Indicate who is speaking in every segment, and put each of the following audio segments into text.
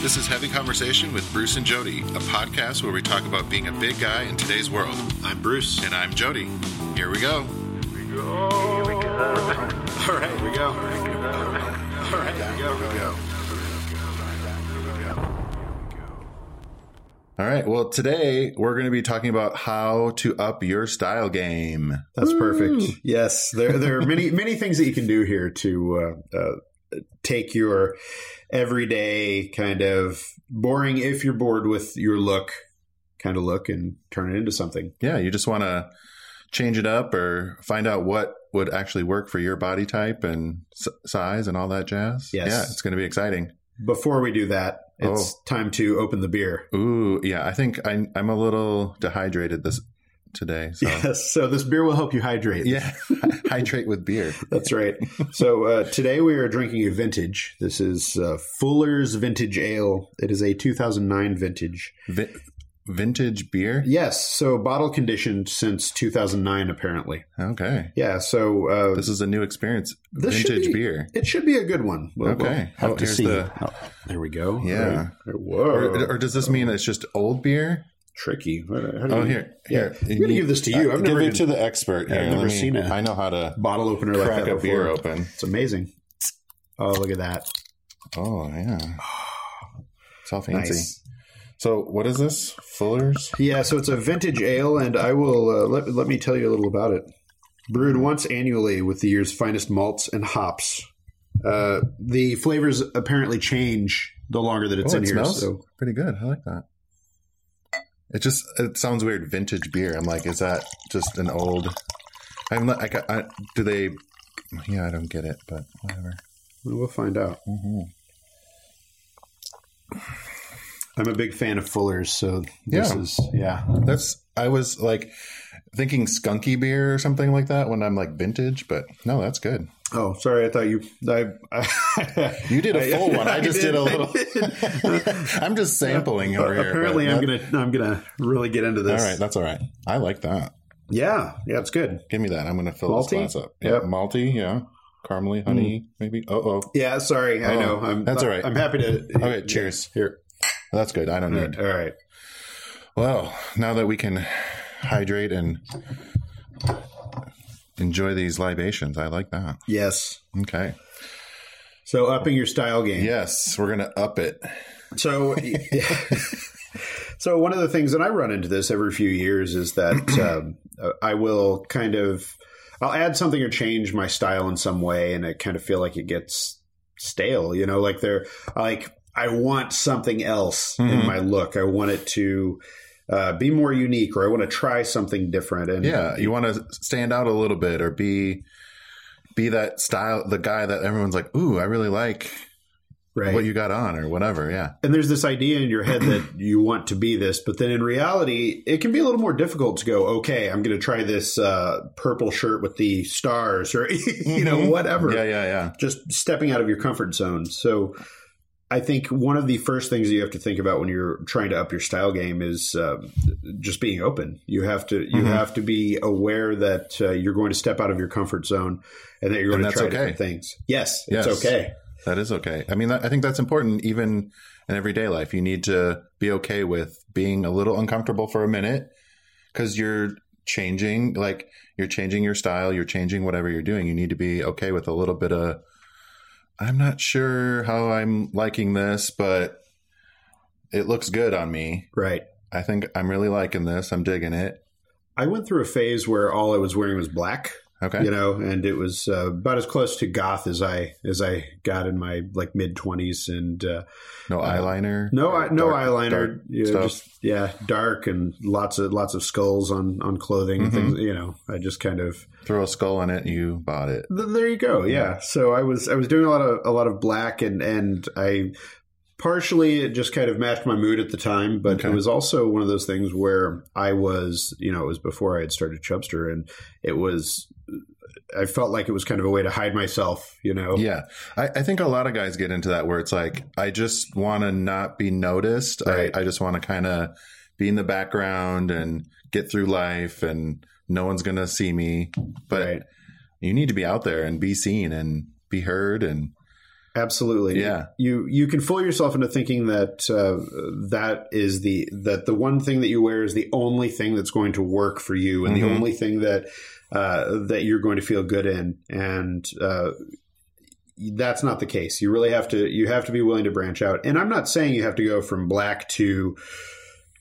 Speaker 1: This is Heavy Conversation with Bruce and Jody, a podcast where we talk about being a big guy in today's world.
Speaker 2: I'm Bruce.
Speaker 1: And I'm Jody. Here we go.
Speaker 2: All right, here we go. All right, here we go. Here we go.
Speaker 1: All right. Well, today we're going to be talking about how to up your style game.
Speaker 2: That's perfect. Yes, there there are many many things that you can do here to uh, uh, take your everyday kind of boring if you're bored with your look kind of look and turn it into something.
Speaker 1: Yeah, you just want to change it up or find out what would actually work for your body type and s- size and all that jazz.
Speaker 2: Yes.
Speaker 1: Yeah, it's going to be exciting.
Speaker 2: Before we do that, it's time to open the beer.
Speaker 1: Ooh, yeah. I think I, I'm a little dehydrated this today. So.
Speaker 2: Yes, so this beer will help you hydrate.
Speaker 1: Uh. Yeah, hydrate with beer.
Speaker 2: That's right. So uh, today we are drinking a vintage. This is uh, Fuller's Vintage Ale. It is a 2009 vintage.
Speaker 1: Vi- vintage beer.
Speaker 2: Yes, so bottle conditioned since 2009, apparently.
Speaker 1: Okay,
Speaker 2: Yeah, so uh,
Speaker 1: this is a new experience.
Speaker 2: This should
Speaker 1: vintage
Speaker 2: be-
Speaker 1: beer.
Speaker 2: it should be a good one. We'll-
Speaker 1: Okay.
Speaker 2: we'll have
Speaker 1: Oh,
Speaker 2: to
Speaker 1: here's
Speaker 2: see.
Speaker 1: the-
Speaker 2: Oh, there we go.
Speaker 1: Yeah.
Speaker 2: All right. Whoa.
Speaker 1: Or, or does this mean it's just old beer?
Speaker 2: Tricky. How do
Speaker 1: Oh,
Speaker 2: we-
Speaker 1: here,
Speaker 2: Yeah.
Speaker 1: here.
Speaker 2: I'm going to give this to you.
Speaker 1: Uh,
Speaker 2: I've
Speaker 1: give
Speaker 2: never
Speaker 1: it
Speaker 2: even
Speaker 1: to the expert.
Speaker 2: I've
Speaker 1: here.
Speaker 2: never
Speaker 1: Let me-
Speaker 2: seen a-
Speaker 1: I know how to
Speaker 2: bottle opener like
Speaker 1: crack
Speaker 2: that
Speaker 1: a
Speaker 2: before.
Speaker 1: beer open.
Speaker 2: It's amazing. Oh, look at that.
Speaker 1: Oh yeah, it's all fancy.
Speaker 2: Nice.
Speaker 1: So what is this? Fuller's.
Speaker 2: Yeah, so it's a vintage ale, and I will uh, let, let me tell you a little about it. Brewed once annually with the year's finest malts and hops. Uh, the flavors apparently change the longer that it's
Speaker 1: Oh,
Speaker 2: in
Speaker 1: it
Speaker 2: here.
Speaker 1: smells?
Speaker 2: So
Speaker 1: Pretty good. I like that. It just it sounds weird. Vintage beer. I'm like, is that just an old? I'm not. I, ca- I do they? Yeah, I don't get it, but whatever.
Speaker 2: we'll find out.
Speaker 1: Mm-hmm.
Speaker 2: I'm a big fan of Fuller's, so this
Speaker 1: Yeah.
Speaker 2: is yeah.
Speaker 1: That's I was like thinking skunky beer or something like that when I'm like vintage, but no, that's good.
Speaker 2: Oh, sorry, I thought you. I, I
Speaker 1: You did a full one. I just did, a little.
Speaker 2: did.
Speaker 1: I'm just sampling over here.
Speaker 2: Apparently,
Speaker 1: but
Speaker 2: I'm
Speaker 1: that-
Speaker 2: gonna I'm gonna really get into this.
Speaker 1: All right, that's all right. I like that.
Speaker 2: Yeah, yeah, it's good.
Speaker 1: Give me that. I'm gonna fill
Speaker 2: Malty?
Speaker 1: this glass up. Yeah,
Speaker 2: Yep. Hmm.
Speaker 1: malty. Yeah, caramely, honey, maybe. Oh, oh.
Speaker 2: Yeah, sorry, I
Speaker 1: Oh,
Speaker 2: know. I'm,
Speaker 1: that's all right.
Speaker 2: I'm happy to.
Speaker 1: Okay, cheers.
Speaker 2: Here.
Speaker 1: That's good. I don't
Speaker 2: All
Speaker 1: need.
Speaker 2: right. All right.
Speaker 1: Well, now that we can hydrate and enjoy these libations, I like that.
Speaker 2: Yes.
Speaker 1: Okay.
Speaker 2: So upping your style game.
Speaker 1: Yes, we're gonna up it.
Speaker 2: So, so one of the things that I run into this every few years is that um, uh, I will kind of I'll add something or change my style in some way, and I kind of feel like it gets stale. You know, like they're like I want something else
Speaker 1: Mhm.
Speaker 2: in my look. I want it to. Uh, be more unique, or I want to try something different. And
Speaker 1: yeah you want to stand out a little bit or be be that style the guy that everyone's like ooh i really like
Speaker 2: right.
Speaker 1: what you got on or whatever yeah
Speaker 2: and there's this idea in your head that you want to be this, but then in reality, it can be a little more difficult to go, okay, I'm going to try this uh, purple shirt with the stars or, you know,
Speaker 1: Mhm.
Speaker 2: whatever.
Speaker 1: yeah yeah yeah
Speaker 2: Just stepping out of your comfort zone. So I think one of the first things you have to think about when you're trying to up your style game is um, just being open. You have to you
Speaker 1: Mhm.
Speaker 2: have to be aware that uh, you're going to step out of your comfort zone and that you're
Speaker 1: And
Speaker 2: going
Speaker 1: that's
Speaker 2: to try
Speaker 1: okay.
Speaker 2: different things. Yes,
Speaker 1: Yes.
Speaker 2: it's okay.
Speaker 1: that is okay i mean that, i think that's important even in everyday life you need to be okay with being a little uncomfortable for a minute because you're changing like you're changing your style you're changing whatever you're doing you need to be okay with a little bit of i'm not sure how i'm liking this but it looks good on me
Speaker 2: Right.
Speaker 1: I think I'm really liking this. I'm digging it.
Speaker 2: I went through a phase where all I was wearing was black.
Speaker 1: Okay.
Speaker 2: you know and it was uh, about as close to goth as i as i got in my like mid 20s and uh,
Speaker 1: No
Speaker 2: Uh,
Speaker 1: eyeliner.
Speaker 2: no
Speaker 1: Or
Speaker 2: I,
Speaker 1: dark-
Speaker 2: no
Speaker 1: dark-
Speaker 2: eyeliner you know,
Speaker 1: stuff.
Speaker 2: just yeah dark and lots of lots of skulls on on clothing and
Speaker 1: Mhm.
Speaker 2: things you know i just kind of
Speaker 1: Throw a skull on it. You bought it.
Speaker 2: Th- there you go yeah so i was i was doing a lot of a lot of black and and i partially it just kind of matched my mood at the time but
Speaker 1: Okay.
Speaker 2: it was also one of those things where i was you know it was before i had started chubster and it was i felt like it was kind of a way to hide myself you know
Speaker 1: Yeah. I, I think a lot of guys get into that where it's like, I just want to not be noticed.
Speaker 2: Right.
Speaker 1: I, I just want to kind of be in the background and get through life and no one's going to see me. But
Speaker 2: right
Speaker 1: you need to be out there and be seen and be heard and
Speaker 2: Absolutely.
Speaker 1: Yeah.
Speaker 2: You you can fool yourself into thinking that uh, that is the that the one thing that you wear is the only thing that's going to work for you and
Speaker 1: Mhm.
Speaker 2: the only thing that uh, that you're going to feel good in and uh, that's not the case. You really have to you have to be willing to branch out. And I'm not saying you have to go from black to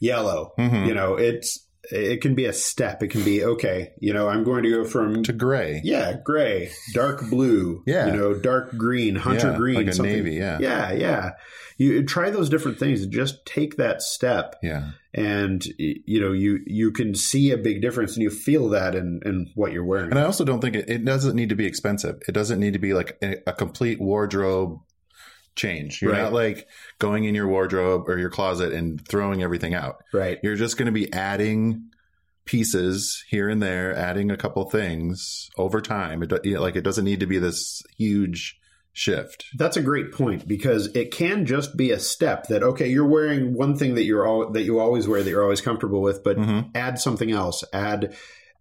Speaker 2: yellow.
Speaker 1: Mhm.
Speaker 2: You know, it's it can be a step. It can be okay. You know, I'm going to go from
Speaker 1: to gray.
Speaker 2: yeah, gray, dark blue,
Speaker 1: Yeah.
Speaker 2: you know, dark green, hunter
Speaker 1: Yeah,
Speaker 2: green,
Speaker 1: like a
Speaker 2: something.
Speaker 1: navy. Yeah. yeah,
Speaker 2: Yeah, yeah. You try those different things. Just take that step, and y- you know, you you can see a big difference, and you feel that in in what you're wearing.
Speaker 1: And I also don't think it, it doesn't need to be expensive. It doesn't need to be like a, a complete wardrobe change. You're
Speaker 2: Right.
Speaker 1: not like going in your wardrobe or your closet and throwing everything out.
Speaker 2: right.
Speaker 1: You're just going to be adding pieces here and there, adding a couple things over time. It do- you know, like it doesn't need to be this huge shift.
Speaker 2: That's a great point because it can just be a step that okay, you're wearing one thing that you're all that you always wear that you're always comfortable with, but
Speaker 1: hmm
Speaker 2: add something else add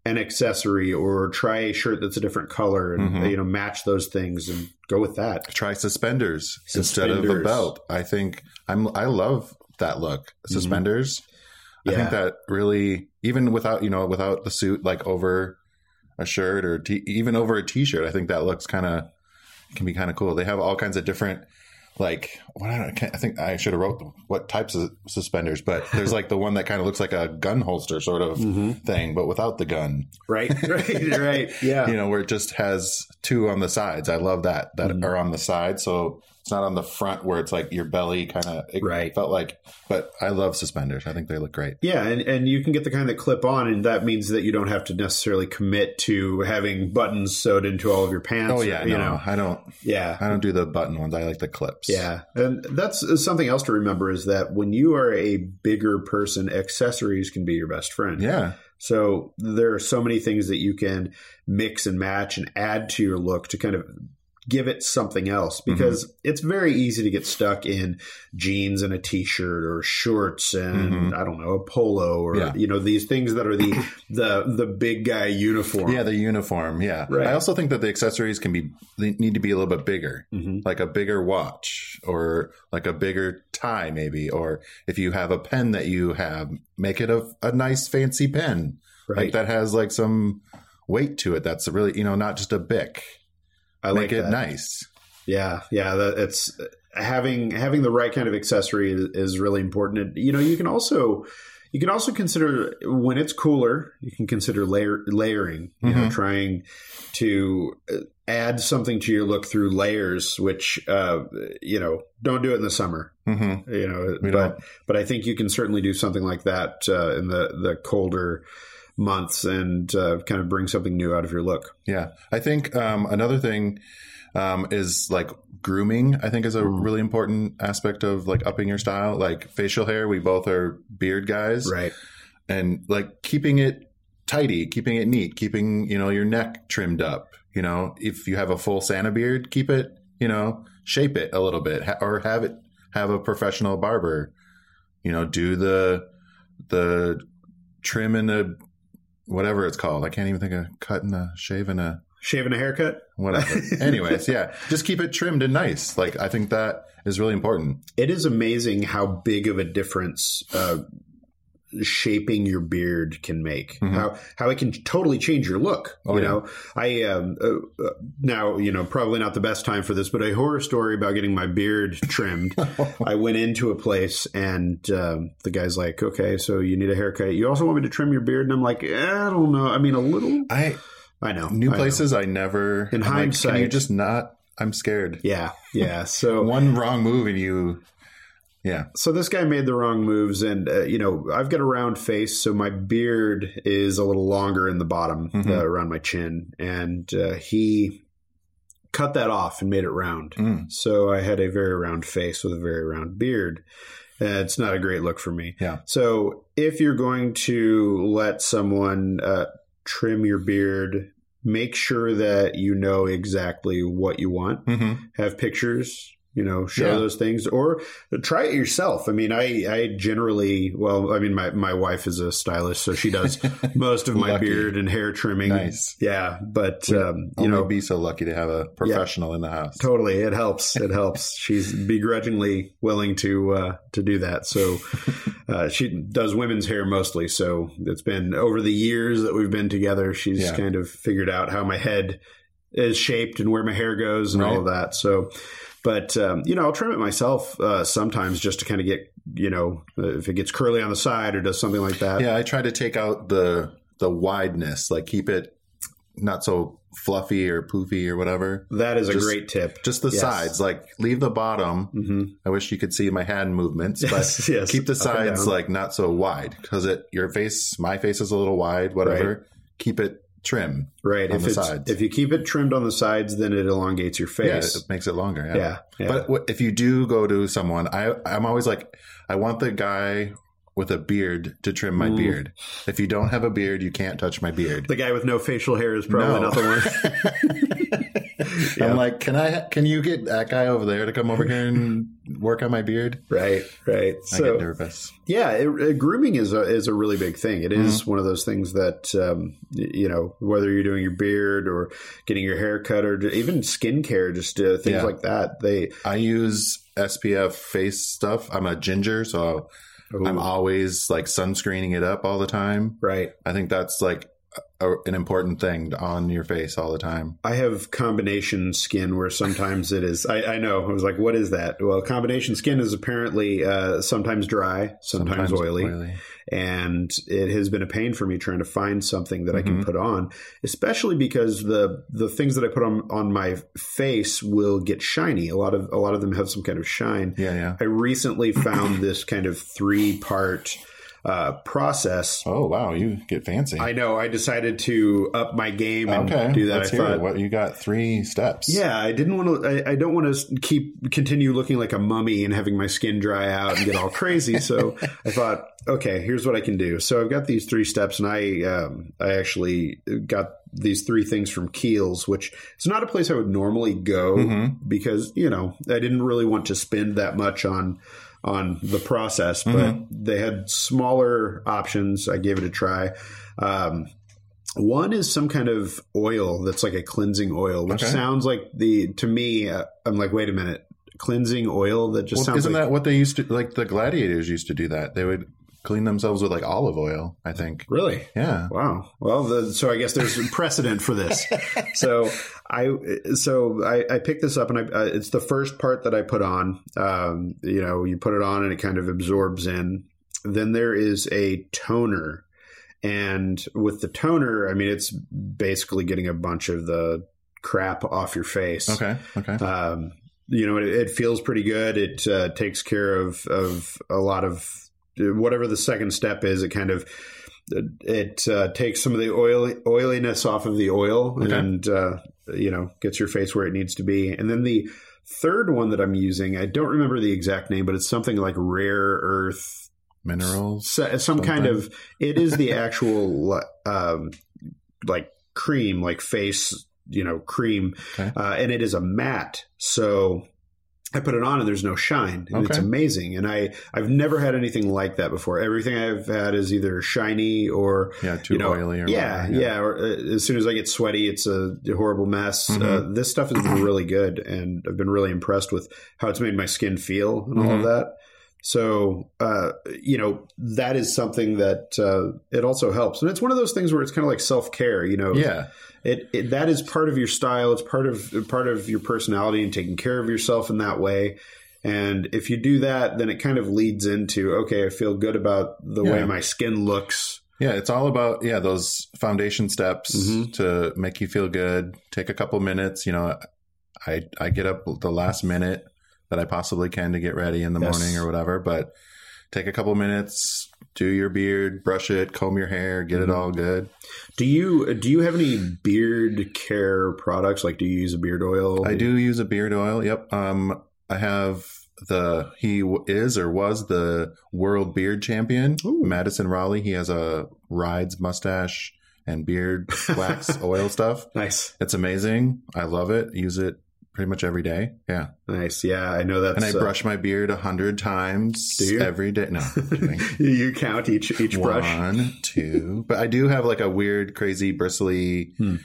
Speaker 2: an accessory or try a shirt that's a different color and
Speaker 1: Mhm.
Speaker 2: you know match those things and go with that
Speaker 1: Try suspenders, instead of a
Speaker 2: Suspenders.
Speaker 1: belt. I think I'm I love that look. Suspenders. I
Speaker 2: Yeah.
Speaker 1: think that really, even without you know, without the suit, like over a shirt or t- even over a t-shirt, I think that looks kind of can be kind of cool. They have all kinds of different, like what I, don't, I, can't, I think I should have wrote what types of suspenders, but there's like the one that kind of looks like a gun holster sort of
Speaker 2: Mm-hmm.
Speaker 1: thing, but without the gun.
Speaker 2: right right right yeah
Speaker 1: You know, where it just has two on the sides. I love that that
Speaker 2: Mhm.
Speaker 1: are on the side, so it's not on the front where it's like your belly kind of. It
Speaker 2: Right.
Speaker 1: felt like, but I love suspenders. I think they look great.
Speaker 2: yeah and, and you can get the kind that clip on and that means that you don't have to necessarily commit to having buttons sewed into all of your pants
Speaker 1: Oh
Speaker 2: or,
Speaker 1: yeah,
Speaker 2: you
Speaker 1: no,
Speaker 2: know
Speaker 1: I don't.
Speaker 2: yeah
Speaker 1: I don't do the button ones. I like the clips.
Speaker 2: yeah and that's uh, something else to remember is that when you are a bigger person accessories can be your best friend
Speaker 1: yeah,
Speaker 2: So there are so many things that you can mix and match and add to your look to kind of give it something else
Speaker 1: Mm-hmm.
Speaker 2: because it's very easy to get stuck in jeans and a t-shirt or shorts and I don't know a polo or
Speaker 1: Mm-hmm. Yeah.
Speaker 2: you know these things that are the the the big guy uniform.
Speaker 1: yeah. The uniform. Yeah,
Speaker 2: Right.
Speaker 1: I also think that the accessories can be they need to be a little bit bigger,
Speaker 2: Mhm.
Speaker 1: like a bigger watch or like a bigger tie, maybe. Or if you have a pen that you have, make it a, a nice fancy pen,
Speaker 2: right.
Speaker 1: like that has like some weight to it. That's really you know not just a bic.
Speaker 2: I
Speaker 1: make
Speaker 2: like
Speaker 1: it
Speaker 2: that.
Speaker 1: nice.
Speaker 2: Yeah, yeah, that, it's having having the right kind of accessory is, is really important. And, you know, you can also you can also consider when it's cooler, you can consider layer, layering. You know,
Speaker 1: Mhm.
Speaker 2: trying to uh, add something to your look through layers, which uh, you know don't do it in the summer.
Speaker 1: hmm
Speaker 2: You know,
Speaker 1: We
Speaker 2: but
Speaker 1: don't.
Speaker 2: but I think you can certainly do something like that uh, in the the colder months and uh, kind of bring something new out of your look.
Speaker 1: Yeah, I think um, another thing um, is like grooming. I think is a
Speaker 2: Mm.
Speaker 1: really important aspect of like upping your style. Like facial hair, we both are beard guys,
Speaker 2: Right.
Speaker 1: and like keeping it tidy, keeping it neat, keeping you know your neck trimmed up. You know, if you have a full Santa beard, keep it. You know, shape it a little bit, ha- or have it have a professional barber. You know, do the the trim and the whatever it's called. I can't even think of cut and a shave and a
Speaker 2: Shaving a haircut.
Speaker 1: whatever. Anyways, yeah, just keep it trimmed and nice. Like I think that is really important.
Speaker 2: It is amazing how big of a difference uh, shaping your beard can make.
Speaker 1: Mhm.
Speaker 2: How how it can totally change your look.
Speaker 1: Oh,
Speaker 2: you
Speaker 1: yeah.
Speaker 2: know, I um, uh, uh, now you know probably not the best time for this, but a horror story about getting my beard trimmed. I went into a place and um, the guy's like, "Okay, so you need a haircut. You also want me to trim your beard?" And I'm like, eh, "I don't know. I mean, a little.
Speaker 1: I
Speaker 2: I know
Speaker 1: new
Speaker 2: I know.
Speaker 1: places I never I'm like, Can
Speaker 2: In
Speaker 1: you
Speaker 2: hindsight- Oh.
Speaker 1: just not? I'm scared.
Speaker 2: Yeah, yeah. So
Speaker 1: One wrong move and you. Yeah,
Speaker 2: so this guy made the wrong moves and uh, you know i've got a round face so my beard is a little longer in the bottom
Speaker 1: Mhm.
Speaker 2: uh, around my chin and uh, he cut that off and made it round
Speaker 1: Mm.
Speaker 2: so i had a very round face with a very round beard uh, it's not a great look for me
Speaker 1: Yeah.
Speaker 2: so if you're going to let someone uh, trim your beard make sure that you know exactly what you want
Speaker 1: hmm
Speaker 2: have pictures you know show
Speaker 1: Yeah.
Speaker 2: those things or try it yourself i mean i i generally well i mean my, my wife is a stylist so she does most of my
Speaker 1: Lucky.
Speaker 2: beard and hair trimming
Speaker 1: Nice.
Speaker 2: yeah but um, you
Speaker 1: Only
Speaker 2: know
Speaker 1: be so lucky to have a professional in the house.
Speaker 2: Totally, it helps. It helps. She's begrudgingly willing to uh, to do that. So uh, she does women's hair mostly. So it's been over the years that we've been together. She's
Speaker 1: Yeah.
Speaker 2: kind of figured out how my head is shaped and where my hair goes and all of that. So, but um, you know, I'll trim it myself uh, sometimes just to kind of get you know if it gets curly on the side or does something like that.
Speaker 1: Yeah, I try to take out the the wideness, like keep it not so fluffy or poofy or whatever.
Speaker 2: That is a
Speaker 1: Just-
Speaker 2: great tip.
Speaker 1: Just the
Speaker 2: Yes.
Speaker 1: sides, like leave the bottom.
Speaker 2: hmm
Speaker 1: I wish you could see my hand movements, but
Speaker 2: Yes, yes.
Speaker 1: keep the
Speaker 2: Up and
Speaker 1: sides
Speaker 2: down.
Speaker 1: like not so wide because it your face, my face is a little wide, whatever. Keep it trim.
Speaker 2: right.
Speaker 1: on
Speaker 2: If
Speaker 1: the
Speaker 2: it's,
Speaker 1: sides.
Speaker 2: if you keep it trimmed on the sides, then it elongates your face.
Speaker 1: Yeah, it makes it longer. Yeah.
Speaker 2: yeah, yeah.
Speaker 1: But w- if you do go to someone, I I'm always like, I want the guy with a beard to trim my
Speaker 2: Mm.
Speaker 1: beard. If you don't have a beard, you can't touch my beard.
Speaker 2: the guy with no facial hair is probably
Speaker 1: No.
Speaker 2: not the one. Yeah.
Speaker 1: I'm like, can I? Can you get that guy over there to come over here and work on my beard?
Speaker 2: right, right.
Speaker 1: I
Speaker 2: So
Speaker 1: get nervous.
Speaker 2: yeah, it, it- grooming is a, is a really big thing. It is
Speaker 1: Mm-hmm.
Speaker 2: one of those things that um, y- you know whether you're doing your beard or getting your hair cut or ju- even skincare, just uh, things
Speaker 1: Yeah.
Speaker 2: like that. They
Speaker 1: I use SPF face stuff. I'm a ginger, so I'm always like sunscreening it up all the time.
Speaker 2: right.
Speaker 1: I think that's like a, an important thing on your face all the time.
Speaker 2: I have combination skin where sometimes it is. I, I know. I was like, what is that? Well, combination skin is apparently uh, sometimes dry, sometimes, oily. and it has been a pain for me trying to find something that I can
Speaker 1: Mhm.
Speaker 2: put on, especially because the the things that I put on on my face will get shiny. A lot of a lot of them have some kind of shine.
Speaker 1: Yeah, yeah.
Speaker 2: I recently found this kind of three part uh, process.
Speaker 1: Oh wow, you get fancy.
Speaker 2: I know. I decided to up my game and
Speaker 1: okay,
Speaker 2: do that.
Speaker 1: Let's
Speaker 2: I
Speaker 1: hear it.
Speaker 2: thought.
Speaker 1: What you got? Three steps.
Speaker 2: Yeah, I didn't want to. I, I don't want to keep continue looking like a mummy and having my skin dry out and get all crazy. so I thought, okay, here's what I can do. So I've got these three steps, and I um, I actually got these three things from Keels, which is not a place I would normally go
Speaker 1: Mhm.
Speaker 2: because you know I didn't really want to spend that much on on the process, but
Speaker 1: Mm-hmm.
Speaker 2: they had smaller options. I gave it a try. Um, one is some kind of oil that's like a cleansing oil, which
Speaker 1: Okay.
Speaker 2: sounds like the to me. Uh, I'm like, wait a minute, cleansing oil that just
Speaker 1: Well,
Speaker 2: sounds
Speaker 1: isn't
Speaker 2: like
Speaker 1: that what they used to like? The gladiators used to do that. They would clean themselves with like olive oil. I think.
Speaker 2: really
Speaker 1: Yeah.
Speaker 2: Wow. Well, the, so I guess there's precedent for this. So I so I, I picked this up and I, uh, it's the first part that I put on. Um, you know, you put it on and it kind of absorbs in. Then there is a toner, and with the toner, I mean it's basically getting a bunch of the crap off your face.
Speaker 1: Okay. Okay.
Speaker 2: Um, you know, it, it feels pretty good. It uh, takes care of of a lot of whatever the second step is. It kind of it uh, takes some of the oil oiliness off of the oil
Speaker 1: Okay.
Speaker 2: and uh, you know gets your face where it needs to be. And then the third one that I'm using, I don't remember the exact name, but it's something like rare earth
Speaker 1: Minerals.
Speaker 2: so, some kind
Speaker 1: Sometimes.
Speaker 2: of it is the actual um, like cream like face you know cream
Speaker 1: Okay.
Speaker 2: uh, and it is a matte so i put it on and there's no shine and it's
Speaker 1: Okay.
Speaker 2: amazing and i i've never had anything like that before everything i've had is either shiny or
Speaker 1: Yeah. Too
Speaker 2: you know,
Speaker 1: oily. Or
Speaker 2: yeah,
Speaker 1: whatever.
Speaker 2: yeah. Or, uh, as soon as I get sweaty, it's a horrible mess. Uh,
Speaker 1: Mhm.
Speaker 2: this stuff has been really good, and I've been really impressed with how it's made my skin feel and all of
Speaker 1: Mhm.
Speaker 2: that. So, uh, you know, that is something that uh, it also helps, and it's one of those things where it's kind of like self care. You know,
Speaker 1: Yeah.
Speaker 2: it, it that is part of your style. It's part of part of your personality and taking care of yourself in that way. And if you do that, then it kind of leads into okay, I feel good about the way
Speaker 1: Yeah.
Speaker 2: my skin looks.
Speaker 1: Yeah. It's all about yeah those foundation steps
Speaker 2: Mhm.
Speaker 1: to make you feel good. Take a couple minutes. You know, I I get up the last minute that I possibly can to get ready in the
Speaker 2: Yes.
Speaker 1: morning or whatever, but take a couple minutes. Do your beard, brush it, comb your hair, get
Speaker 2: Mhm.
Speaker 1: it all good.
Speaker 2: Do you do you have any beard care products? Like, do you use a beard oil?
Speaker 1: I do use a beard oil. Yep. Um, I have the he w- is or was the world beard champion,
Speaker 2: Ooh.
Speaker 1: Madison Raleigh. He has a rides mustache and beard wax oil stuff.
Speaker 2: Nice.
Speaker 1: It's amazing. I love it. Use it pretty much every day. Yeah.
Speaker 2: Nice. Yeah, I know that's.
Speaker 1: And I brush my beard a hundred times
Speaker 2: Do you?
Speaker 1: every day. No, I'm kidding.
Speaker 2: Uh, you- you count each each brush.
Speaker 1: One, two. But I do have like a weird, crazy, bristly.
Speaker 2: Hmm.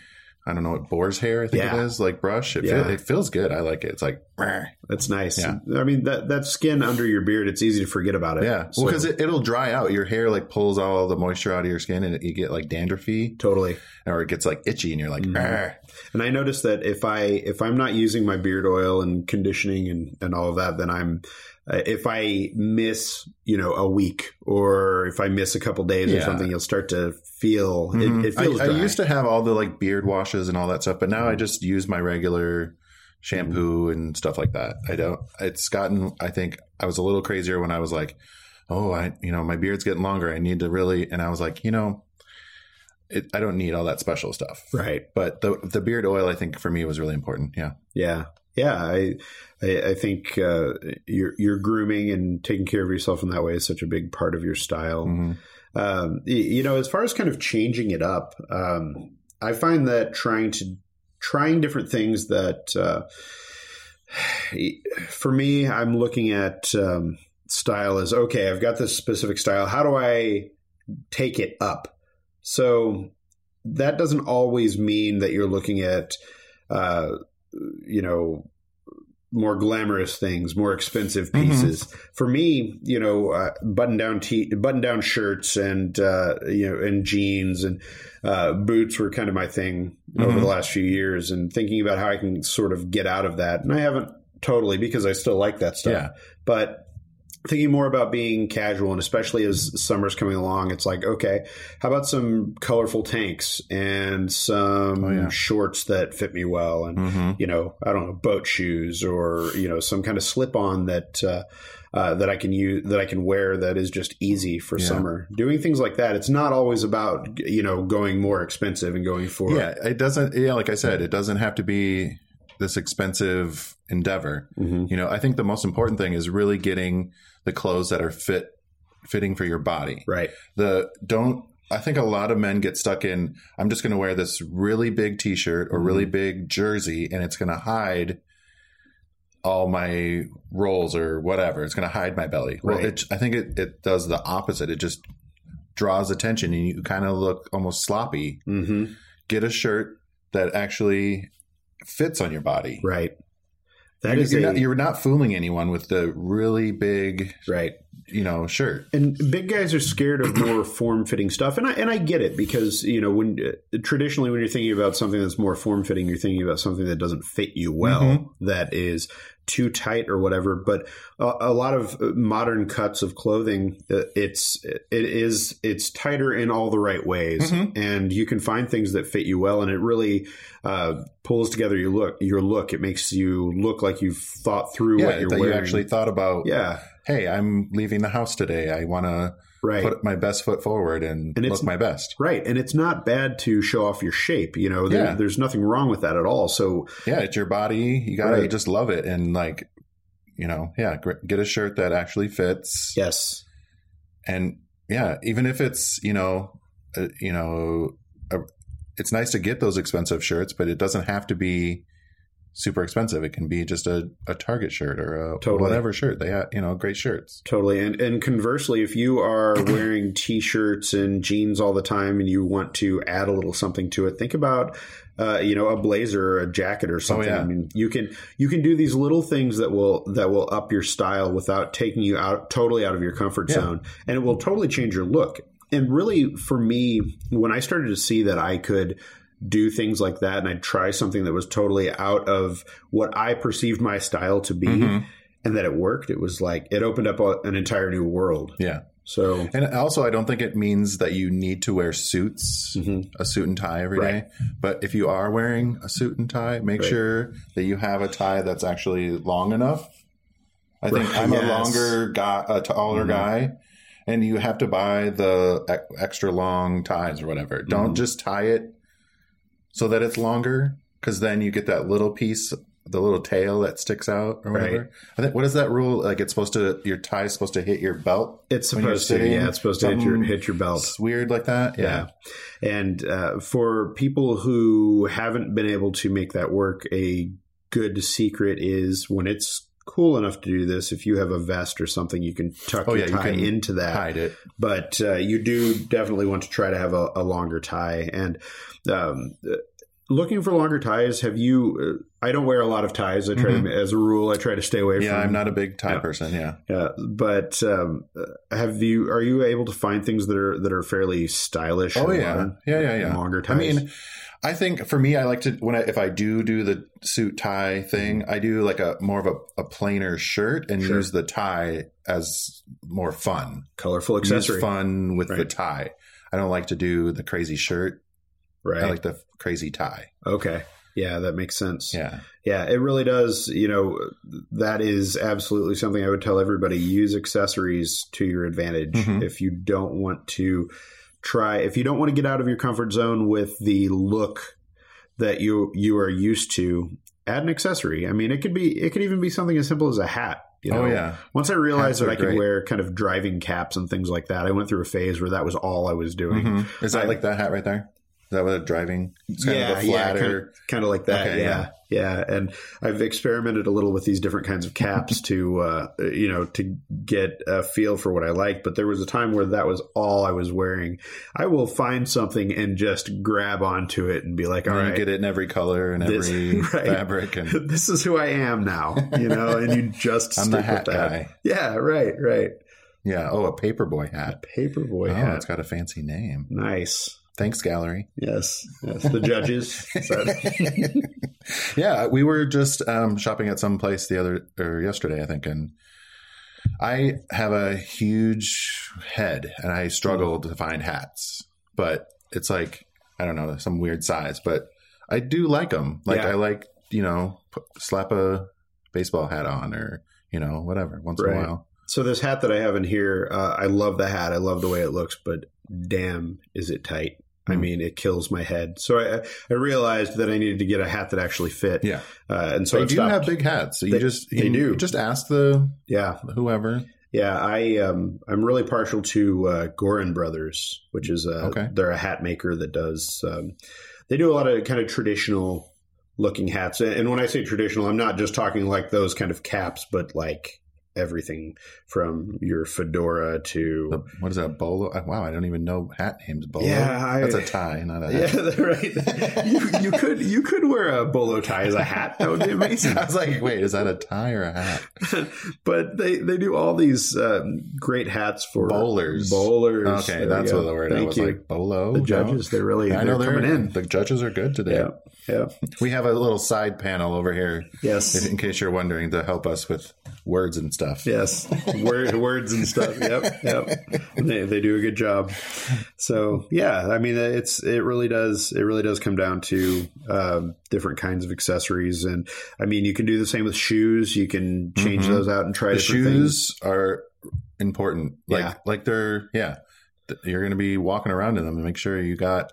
Speaker 1: I don't know what boar's hair I think
Speaker 2: Yeah.
Speaker 1: it is, like brush. It,
Speaker 2: Yeah.
Speaker 1: feel, it feels good. I like it. It's like, "Rrr."
Speaker 2: That's nice.
Speaker 1: Yeah.
Speaker 2: I mean that that skin under your beard, it's easy to forget about it.
Speaker 1: yeah. Well,
Speaker 2: So-
Speaker 1: because it, it'll dry out. Your hair like pulls all the moisture out of your skin, and it, you get like dandruffy,
Speaker 2: totally.
Speaker 1: or it gets like itchy, and you're like,
Speaker 2: Mhm.
Speaker 1: "Rrr."
Speaker 2: And I noticed that if I if I'm not using my beard oil and conditioning and and all of that, then I'm uh, if I miss you know a week or if I miss a couple days or
Speaker 1: Yeah.
Speaker 2: something, you'll start to feel
Speaker 1: Mhm.
Speaker 2: it, it feels.
Speaker 1: I, I
Speaker 2: dry.
Speaker 1: used to have all the like beard washes and all that stuff, but now I just use my regular
Speaker 2: Mm-hmm.
Speaker 1: shampoo and stuff like that. I don't. It's gotten. I think I was a little crazier when I was like, oh, I you know my beard's getting longer. I need to really. And I was like, you know, it, I don't need all that special stuff.
Speaker 2: right.
Speaker 1: But the the beard oil, I think for me was really important. Yeah.
Speaker 2: Yeah. Yeah, I, I, I think uh, your your grooming and taking care of yourself in that way is such a big part of your style.
Speaker 1: Mhm.
Speaker 2: um, y- you know as far as kind of changing it up um, i find that trying to trying different things that uh, for me i'm looking at um, style as okay i've got this specific style how do i take it up so that doesn't always mean that you're looking at uh, you know more glamorous things, more expensive
Speaker 1: Mhm.
Speaker 2: pieces. For me, you know, uh, button down t- button down shirts and uh, you know and jeans and uh, boots were kind of my thing over
Speaker 1: Mhm.
Speaker 2: the last few years. And thinking about how I can sort of get out of that, and I haven't totally because I still like that stuff.
Speaker 1: Yeah.
Speaker 2: But thinking more about being casual, and especially as summer's coming along, it's like, okay, how about some colorful tanks and some
Speaker 1: Oh, yeah.
Speaker 2: shorts that fit me well, and
Speaker 1: Mhm.
Speaker 2: you know, I don't know, boat shoes or you know, some kind of slip on that. Uh, uh, that I can use, that I can wear, that is just easy for
Speaker 1: Yeah.
Speaker 2: summer. Doing things like that, it's not always about you know going more expensive and going for
Speaker 1: Yeah. It doesn't. Yeah. Like I said, it doesn't have to be this expensive endeavor.
Speaker 2: Mhm.
Speaker 1: You know, I think the most important thing is really getting the clothes that are fit fitting for your body.
Speaker 2: right,
Speaker 1: The don't I think a lot of men get stuck in I'm just going to wear this really big t-shirt or really big jersey and it's going to hide all my rolls or whatever. It's going to hide my belly. Well,
Speaker 2: Right.
Speaker 1: it, I think it, it does the opposite. It just draws attention and you kind of look almost sloppy.
Speaker 2: hmm
Speaker 1: Get a shirt that actually fits on your body.
Speaker 2: right. That
Speaker 1: you're,
Speaker 2: is
Speaker 1: you're
Speaker 2: a-
Speaker 1: not, you're not fooling anyone with the really big,
Speaker 2: right.
Speaker 1: you know, shirt.
Speaker 2: And big guys are scared of more form fitting stuff, and I and I get it because you know when uh, traditionally when you're thinking about something that's more form fitting, you're thinking about something that doesn't fit you well,
Speaker 1: Mm-hmm.
Speaker 2: that is too tight or whatever. But a, a lot of uh, modern cuts of clothing, uh, it's it is it's tighter in all the right ways,
Speaker 1: Mhm.
Speaker 2: and you can find things that fit you well, and it really uh, pulls together your look. Your look, it makes you look like you've thought through
Speaker 1: Yeah,
Speaker 2: what you're
Speaker 1: that
Speaker 2: wearing.
Speaker 1: you actually thought about.
Speaker 2: yeah,
Speaker 1: Hey, I'm leaving the house today. I want to
Speaker 2: right.
Speaker 1: put my best foot forward and,
Speaker 2: And it's-
Speaker 1: look my best.
Speaker 2: Right, and it's not bad to show off your shape. You know, there,
Speaker 1: Yeah.
Speaker 2: there's nothing wrong with that at all. So,
Speaker 1: Yeah, it's your body. You gotta
Speaker 2: Right.
Speaker 1: just love it and like, you know, yeah, gr- get a shirt that actually fits.
Speaker 2: yes,
Speaker 1: And yeah, even if it's you know, uh, you know, a, it's nice to get those expensive shirts, but it doesn't have to be super expensive. It can be just a, a Target shirt or a
Speaker 2: Totally.
Speaker 1: whatever shirt they have. You know, great shirts.
Speaker 2: totally. And and conversely, if you are wearing t-shirts and jeans all the time, and you want to add a little something to it, think about. Uh, you know, a blazer or a jacket or something.
Speaker 1: Oh, yeah.
Speaker 2: I mean, you can you can do these little things that will that will up your style without taking you out totally out of your comfort
Speaker 1: Yeah.
Speaker 2: zone, and it will totally change your look. And really, for me, when I started to see that I could do things like that and I'd try something that was totally out of what I perceived my style to be
Speaker 1: Mhm.
Speaker 2: and that it worked, it was like it opened up a, an entire new world.
Speaker 1: Yeah.
Speaker 2: So,
Speaker 1: And also, I don't think it means that you need to wear suits,
Speaker 2: Mhm.
Speaker 1: a suit and tie every day.
Speaker 2: Right.
Speaker 1: But if you are wearing a suit and tie, make
Speaker 2: Right.
Speaker 1: sure that you have a tie that's actually long enough. I think
Speaker 2: Right.
Speaker 1: I'm
Speaker 2: Yes.
Speaker 1: a longer guy, a taller
Speaker 2: Mhm.
Speaker 1: guy, and you have to buy the e- extra long ties or whatever. Don't
Speaker 2: Mhm.
Speaker 1: just tie it so that it's longer, because then you get that little piece, the little tail that sticks out or
Speaker 2: Right.
Speaker 1: whatever. I think what is that rule? Like it's supposed to your tie is supposed to hit your belt
Speaker 2: it's
Speaker 1: When you're
Speaker 2: supposed to,
Speaker 1: sitting,
Speaker 2: yeah, it's supposed to hit your,
Speaker 1: something-
Speaker 2: hit your belt.
Speaker 1: else weird like that.
Speaker 2: Yeah. And uh, for people who haven't been able to make that work, a good secret is when it's cool enough to do this, if you have a vest or something, you can tuck
Speaker 1: Oh,
Speaker 2: your
Speaker 1: yeah, you
Speaker 2: tie
Speaker 1: can
Speaker 2: into that.
Speaker 1: Hide it.
Speaker 2: But uh, you do definitely want to try to have a, a longer tie. And um, uh, looking for longer ties, have you? Uh, I don't wear a lot of ties. I try to, as a rule, I try to stay away
Speaker 1: Mm-hmm. Yeah,
Speaker 2: from.
Speaker 1: I'm not a big tie
Speaker 2: Yeah.
Speaker 1: person. Yeah.
Speaker 2: Uh, but um, uh, have you? Are you able to find things that are that are fairly stylish?
Speaker 1: Oh
Speaker 2: and
Speaker 1: yeah.
Speaker 2: long-
Speaker 1: Yeah, yeah, yeah.
Speaker 2: Longer
Speaker 1: I
Speaker 2: ties.
Speaker 1: mean, I think for me, I like to when I if I do do the suit tie
Speaker 2: Mm-hmm.
Speaker 1: thing, I do like a more of a, a plainer shirt and
Speaker 2: Sure.
Speaker 1: use the tie as more fun.
Speaker 2: colorful
Speaker 1: Use
Speaker 2: accessory.
Speaker 1: fun with the
Speaker 2: Right.
Speaker 1: tie. I don't like to do the crazy shirt.
Speaker 2: Right.
Speaker 1: I like the crazy tie.
Speaker 2: okay. Yeah, that makes sense.
Speaker 1: Yeah.
Speaker 2: Yeah, it really does. You know, that is absolutely something I would tell everybody use accessories to your advantage.
Speaker 1: Mhm.
Speaker 2: If you don't want to try, if you don't want to get out of your comfort zone with the look that you you are used to, add an accessory. I mean, it could be it could even be something as simple as a hat. You know?
Speaker 1: oh yeah.
Speaker 2: Once I
Speaker 1: Hats
Speaker 2: realized that
Speaker 1: are
Speaker 2: I could
Speaker 1: great.
Speaker 2: wear kind of driving caps and things like that, I went through a phase where that was all I was doing.
Speaker 1: Mhm. Is that
Speaker 2: I-
Speaker 1: like that hat right there? Is that what a driving? It's kind of a flatter.
Speaker 2: kind of, kind of like that.
Speaker 1: Okay,
Speaker 2: yeah, yeah, And I've experimented a little with these different kinds of caps to, uh, you know, to get a feel for what I like. But there was a time where that was all I was wearing. I will find something and just grab onto it and be like, all
Speaker 1: and you
Speaker 2: right,
Speaker 1: get it in every color and
Speaker 2: This-
Speaker 1: every
Speaker 2: right.
Speaker 1: fabric. And
Speaker 2: this is who I am now, you know. And you just
Speaker 1: I'm
Speaker 2: stick
Speaker 1: the hat
Speaker 2: with that.
Speaker 1: guy.
Speaker 2: Yeah, right, right.
Speaker 1: Yeah. Oh, a paperboy hat.
Speaker 2: Paperboy
Speaker 1: oh,
Speaker 2: hat.
Speaker 1: it's got a fancy name.
Speaker 2: Nice.
Speaker 1: Thanks, gallery.
Speaker 2: Yes, yes. The judges. Is that-
Speaker 1: yeah, we were just um, shopping at some place the other or yesterday, I think, and I have a huge head, and I struggle to find hats. But it's like I don't know some weird size, but I do like them. Like
Speaker 2: Yeah.
Speaker 1: I like you know p- slap a baseball hat on or you know whatever once in a
Speaker 2: Right.
Speaker 1: while.
Speaker 2: So this hat that I have in here, uh, I love the hat. I love the way it looks, but damn, is it tight? I
Speaker 1: Mm.
Speaker 2: mean, it kills my head. So I, I realized that I needed to get a hat that actually fit.
Speaker 1: Yeah.
Speaker 2: uh, and
Speaker 1: So
Speaker 2: so I
Speaker 1: they do
Speaker 2: stopped-
Speaker 1: have big hats. So you
Speaker 2: They-
Speaker 1: just
Speaker 2: they
Speaker 1: you
Speaker 2: do.
Speaker 1: just ask the
Speaker 2: Yeah,
Speaker 1: whoever.
Speaker 2: yeah. I um, I'm really partial to uh, Gorin Brothers, which is a,
Speaker 1: Okay.
Speaker 2: they're a hat maker that does. Um, they do a lot of kind of traditional looking hats, and and when I say traditional, I'm not just talking like those kind of caps, but like everything from your fedora to
Speaker 1: The, what is that bolo? uh, Wow, I don't even know hat names. Bolo.
Speaker 2: Yeah, I-
Speaker 1: that's a tie, not a hat.
Speaker 2: Yeah, right. you, you could you could wear a bolo tie as a hat. That would be amazing.
Speaker 1: I was like, wait, is that a tie or a hat?
Speaker 2: but they they do all these um, great hats for
Speaker 1: Bowlers.
Speaker 2: Bowlers.
Speaker 1: Okay,
Speaker 2: There
Speaker 1: that's
Speaker 2: we
Speaker 1: what
Speaker 2: go.
Speaker 1: the word
Speaker 2: Thank
Speaker 1: I was
Speaker 2: you.
Speaker 1: like. Bolo.
Speaker 2: the
Speaker 1: no?
Speaker 2: judges, they're really
Speaker 1: I know
Speaker 2: they're
Speaker 1: they're
Speaker 2: coming in.
Speaker 1: The judges are good today.
Speaker 2: Yeah, yeah,
Speaker 1: We have a little side panel over here, if,
Speaker 2: yes,
Speaker 1: in case you're wondering, to help us with words and stuff.
Speaker 2: yes. Word, words and stuff. Yep, yep. They, they do a good job. So yeah, I mean, it's it really does it really does come down to um, different kinds of accessories, and I mean, you can do the same with shoes. You can change
Speaker 1: Mhm.
Speaker 2: those out and try
Speaker 1: The
Speaker 2: different things.
Speaker 1: shoes are important. Like,
Speaker 2: Yeah.
Speaker 1: like they're yeah. Th- You're going to be walking around in them and make sure you got.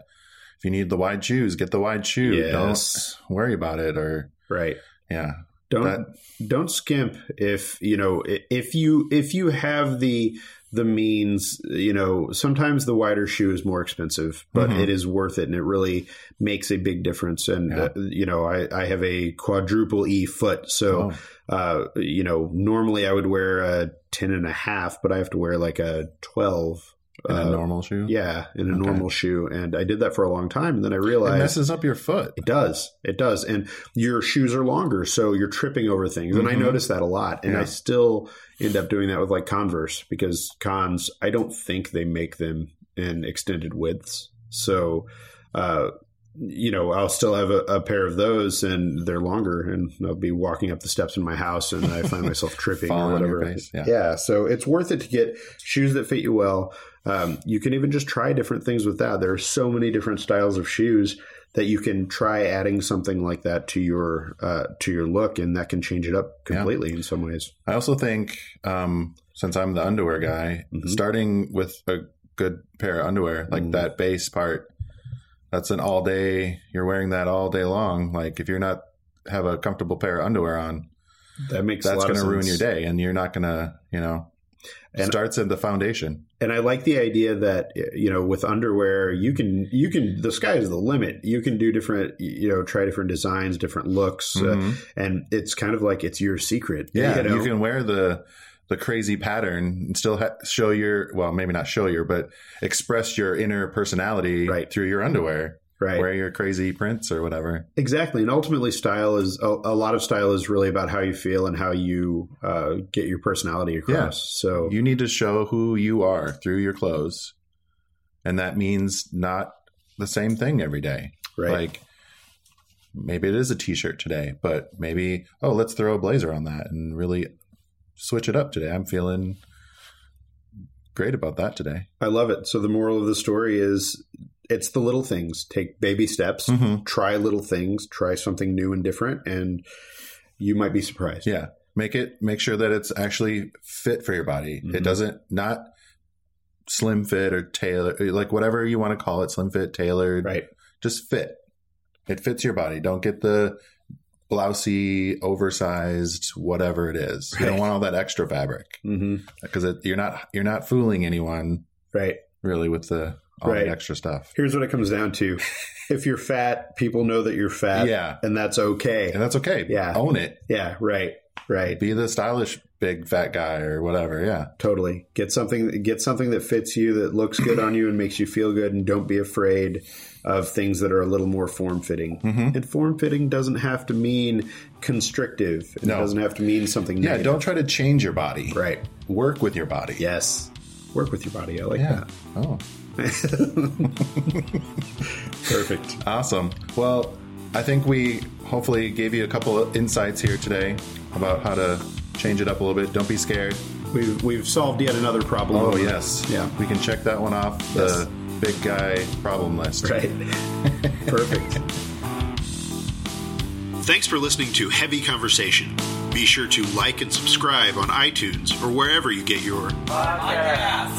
Speaker 1: If you need the wide shoes, get the wide shoe.
Speaker 2: Yes.
Speaker 1: Don't worry about it. Or
Speaker 2: Right.
Speaker 1: yeah,
Speaker 2: Don't don't skimp if you know i- if you if you have the the means you know sometimes the wider shoe is more expensive but
Speaker 1: Mhm.
Speaker 2: it is worth it and it really makes a big difference and
Speaker 1: Yeah.
Speaker 2: uh, you know I, I have a quadruple e foot so
Speaker 1: Oh,
Speaker 2: uh you know normally i would wear a 10 and a half but i have to wear like a 12
Speaker 1: in
Speaker 2: uh,
Speaker 1: a normal shoe.
Speaker 2: yeah in a
Speaker 1: Okay.
Speaker 2: normal shoe and i did that for a long time and then i realized
Speaker 1: it messes up your foot.
Speaker 2: it does. It does. And your shoes are longer, so you're tripping over things. And I
Speaker 1: Mhm.
Speaker 2: notice that a lot. And I
Speaker 1: Yeah.
Speaker 2: still end up doing that with like Converse because cons, I don't think they make them in extended widths. So, uh, you know, I'll still have a, a pair of those and they're longer and I'll be walking up the steps in my house and I find myself tripping
Speaker 1: Fall on
Speaker 2: or whatever.
Speaker 1: your face. Yeah.
Speaker 2: Yeah, so it's worth it to get shoes that fit you well. Um, you can even just try different things with that. There are so many different styles of shoes that you can try adding something like that to your uh, to your look, and that can change it up
Speaker 1: Yeah.
Speaker 2: completely in some ways.
Speaker 1: I also think, um, since I'm the underwear guy,
Speaker 2: Mhm.
Speaker 1: starting with a good pair of underwear, like
Speaker 2: Mm.
Speaker 1: that base part, that's an all day, you're wearing that all day long. Like if you're not have a comfortable pair of underwear on,
Speaker 2: That makes a
Speaker 1: that's
Speaker 2: lot
Speaker 1: going
Speaker 2: of
Speaker 1: to ruin your
Speaker 2: sense.
Speaker 1: day and you're not going to, you know, It starts at the foundation.
Speaker 2: and I like the idea that you know with underwear you can you can the sky is the limit. You can do different you know try different designs, different looks, uh,
Speaker 1: Mhm.
Speaker 2: and it's kind of like it's your secret.
Speaker 1: Yeah,
Speaker 2: you
Speaker 1: you,
Speaker 2: know?
Speaker 1: can wear the the crazy pattern and still ha- show your well, maybe not show your, but express your inner personality
Speaker 2: Right.
Speaker 1: through your underwear.
Speaker 2: right
Speaker 1: Wear your crazy prints or whatever.
Speaker 2: exactly. And ultimately, style is a, a lot of style is really about how you feel and how you uh, get your personality across.
Speaker 1: Yeah.
Speaker 2: So
Speaker 1: You need to show who you are through your clothes, and that means not the same thing every day.
Speaker 2: right,
Speaker 1: Like maybe it is a t-shirt today, but maybe oh, let's throw a blazer on that and really switch it up today. I'm feeling great about that today.
Speaker 2: I love it. So the moral of the story is it's the little things. Take baby steps.
Speaker 1: Mm-hmm.
Speaker 2: Try little things. Try something new and different, and you might be surprised.
Speaker 1: Yeah. Make it make sure that it's actually fit for your body.
Speaker 2: Mhm.
Speaker 1: It doesn't not slim fit or tailor like whatever you want to call it, slim fit, tailored.
Speaker 2: Right.
Speaker 1: Just fit. It fits your body. Don't get the blousy, oversized, whatever it is. You don't
Speaker 2: Right.
Speaker 1: want all that extra fabric
Speaker 2: Mm-hmm.
Speaker 1: because you're not you're not fooling anyone
Speaker 2: Right.
Speaker 1: really with the all
Speaker 2: Right.
Speaker 1: that extra stuff.
Speaker 2: Here's what it comes down to. if you're fat, people know that you're fat.
Speaker 1: yeah,
Speaker 2: And that's okay.
Speaker 1: and that's okay.
Speaker 2: Yeah.
Speaker 1: own it.
Speaker 2: Yeah, right. Right.
Speaker 1: Be the stylish big fat guy or whatever. Yeah,
Speaker 2: Totally. Get something get something that fits you, that looks good on you and makes you feel good and don't be afraid of things that are a little more form fitting.
Speaker 1: Mhm.
Speaker 2: And form fitting doesn't have to mean constrictive. It
Speaker 1: No.
Speaker 2: doesn't have to mean something
Speaker 1: yeah.
Speaker 2: negative.
Speaker 1: Don't try to change your body.
Speaker 2: Right.
Speaker 1: Work with your body.
Speaker 2: Yes. Work with your body. I like
Speaker 1: Yeah. Oh,
Speaker 2: that. Perfect.
Speaker 1: awesome. Well, I think we hopefully gave you a couple of insights here today about how to change it up a little bit. Don't be scared.
Speaker 2: We've we've solved yet another problem.
Speaker 1: Oh, yes.
Speaker 2: Yeah.
Speaker 1: We can check that one off the big guy problem list.
Speaker 2: Right. Perfect. Thanks for listening to Heavy Conversation. Be sure to like and subscribe on iTunes or wherever you get your
Speaker 3: podcast.